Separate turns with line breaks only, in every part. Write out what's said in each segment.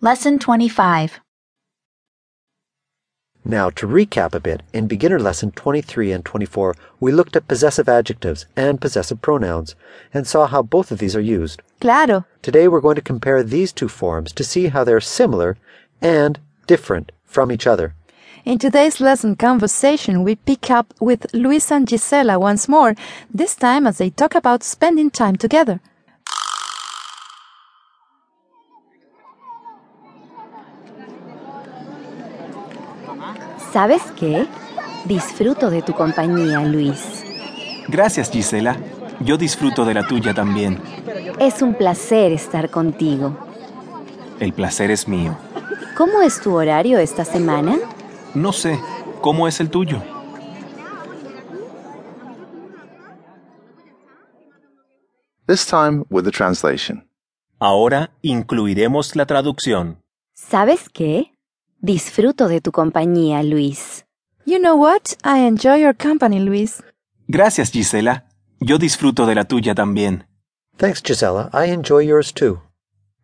Lesson 25.
Now, to recap a bit, in beginner lesson 23 and 24, we looked at possessive adjectives and possessive pronouns and saw how both of these are used.
Claro.
Today, we're going to compare these two forms to see how they're similar and different from each other.
In today's lesson conversation, we pick up with Luis and Gisela once more, this time as they talk about spending time together.
¿Sabes qué? Disfruto de tu compañía, Luis.
Gracias, Gisela. Yo disfruto de la tuya también.
Es un placer estar contigo.
El placer es mío.
¿Cómo es tu horario esta semana?
No sé, ¿cómo es el tuyo?
this time with the translation.
Ahora incluiremos la traducción.
¿Sabes qué? Disfruto de tu compañía, Luis.
You know what? I enjoy your company, Luis.
Gracias, Gisela. Yo disfruto de la tuya también.
Thanks, Gisela. I enjoy yours too.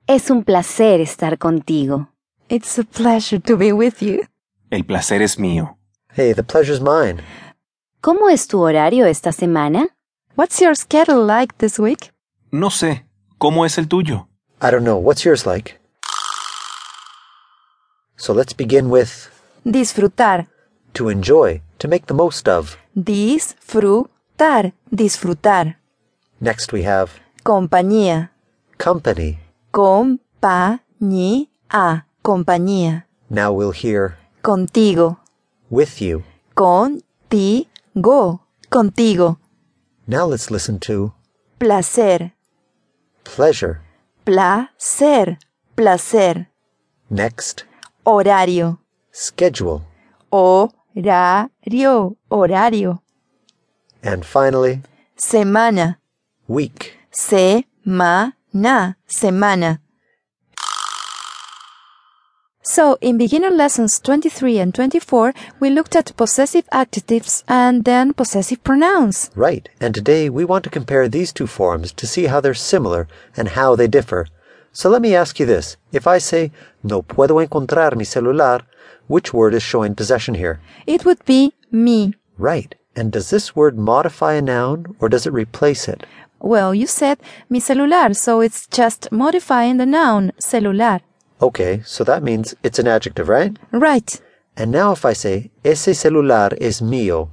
Es un placer estar contigo.
It's a pleasure to be with you.
El placer es mío.
Hey, the pleasure's mine.
¿Cómo es tu horario esta semana?
What's your schedule like this week?
No sé, ¿cómo es el tuyo?
I don't know. What's yours like? So let's begin with
Disfrutar.
to enjoy, to make the most of.
Disfrutar. Disfrutar.
Next, we have
Compañía.
company.
Compañía. Compañía.
Now we'll hear
Contigo.
with you.
Contigo. Contigo.
Now let's listen to
Placer.
pleasure.
Placer. Placer.
Next,
Horario.
schedule.
Horario. Horario.
And finally,
Semana.
week.
Semana. Semana. So, in beginner lessons 23 and 24, we looked at possessive adjectives and then possessive pronouns.
Right, and today we want to compare these two forms to see how they're similar and how they differ. So let me ask you this. If I say, no puedo encontrar mi celular, which word is showing possession here?
It would be me.
Right, and does this word modify a noun or does it replace it?
Well, you said mi celular, so it's just modifying the noun celular.
Okay, so that means it's an adjective, right?
Right.
And now if I say, ese celular es mío,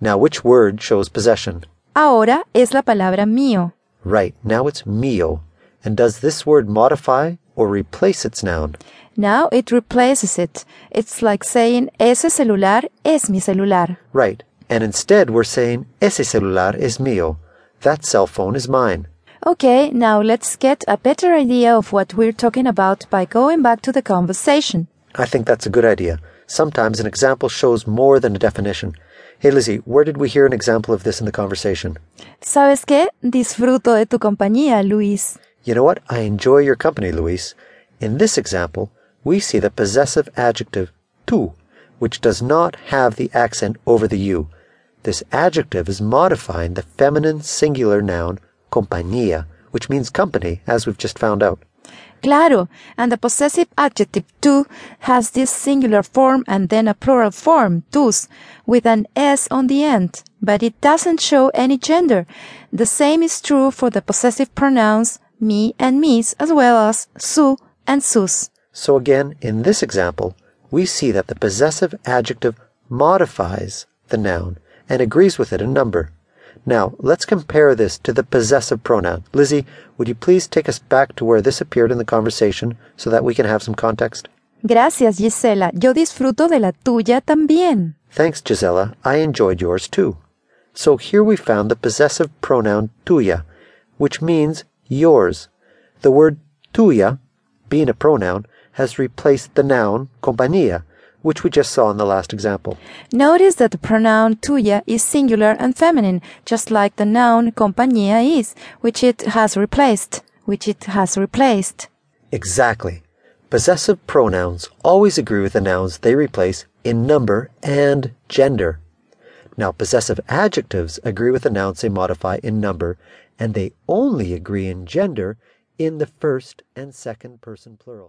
now which word shows possession?
Ahora es la palabra mío.
Right, now it's mío. And does this word modify or replace its noun?
Now it replaces it. It's like saying ese celular es mi celular.
Right. And instead, we're saying, ese celular es mío. That cell phone is mine.
Okay, now let's get a better idea of what we're talking about by going back to the conversation.
I think that's a good idea. Sometimes an example shows more than a definition. Hey, Lizzie, where did we hear an example of this in the conversation?
¿Sabes qué? Disfruto de tu compañía, Luis.
You know what? I enjoy your company, Luis. In this example, we see the possessive adjective tu, which does not have the accent over the u. This adjective is modifying the feminine singular noun compañía, which means company, as we've just found out.
Claro, and the possessive adjective tu has this singular form and then a plural form, tus, with an s on the end, but it doesn't show any gender. The same is true for the possessive pronouns me and mis, as well as su and sus.
So again, in this example, we see that the possessive adjective modifies the noun and agrees with it in number. Now, let's compare this to the possessive pronoun. Lizzie, would you please take us back to where this appeared in the conversation so that we can have some context?
Gracias, Gisela. Yo disfruto de la tuya también.
Thanks, Gisela. I enjoyed yours too. So here we found the possessive pronoun tuya, which means yours. The word tuya, being a pronoun, has replaced the noun compañía, which we just saw in the last example.
Notice that the pronoun tuya is singular and feminine, just like the noun compañía is, which it has replaced, which it has replaced.
Exactly. Possessive pronouns always agree with the nouns they replace in number and gender. Now, possessive adjectives agree with the nouns they modify in number, and they only agree in gender in the first and second person plural.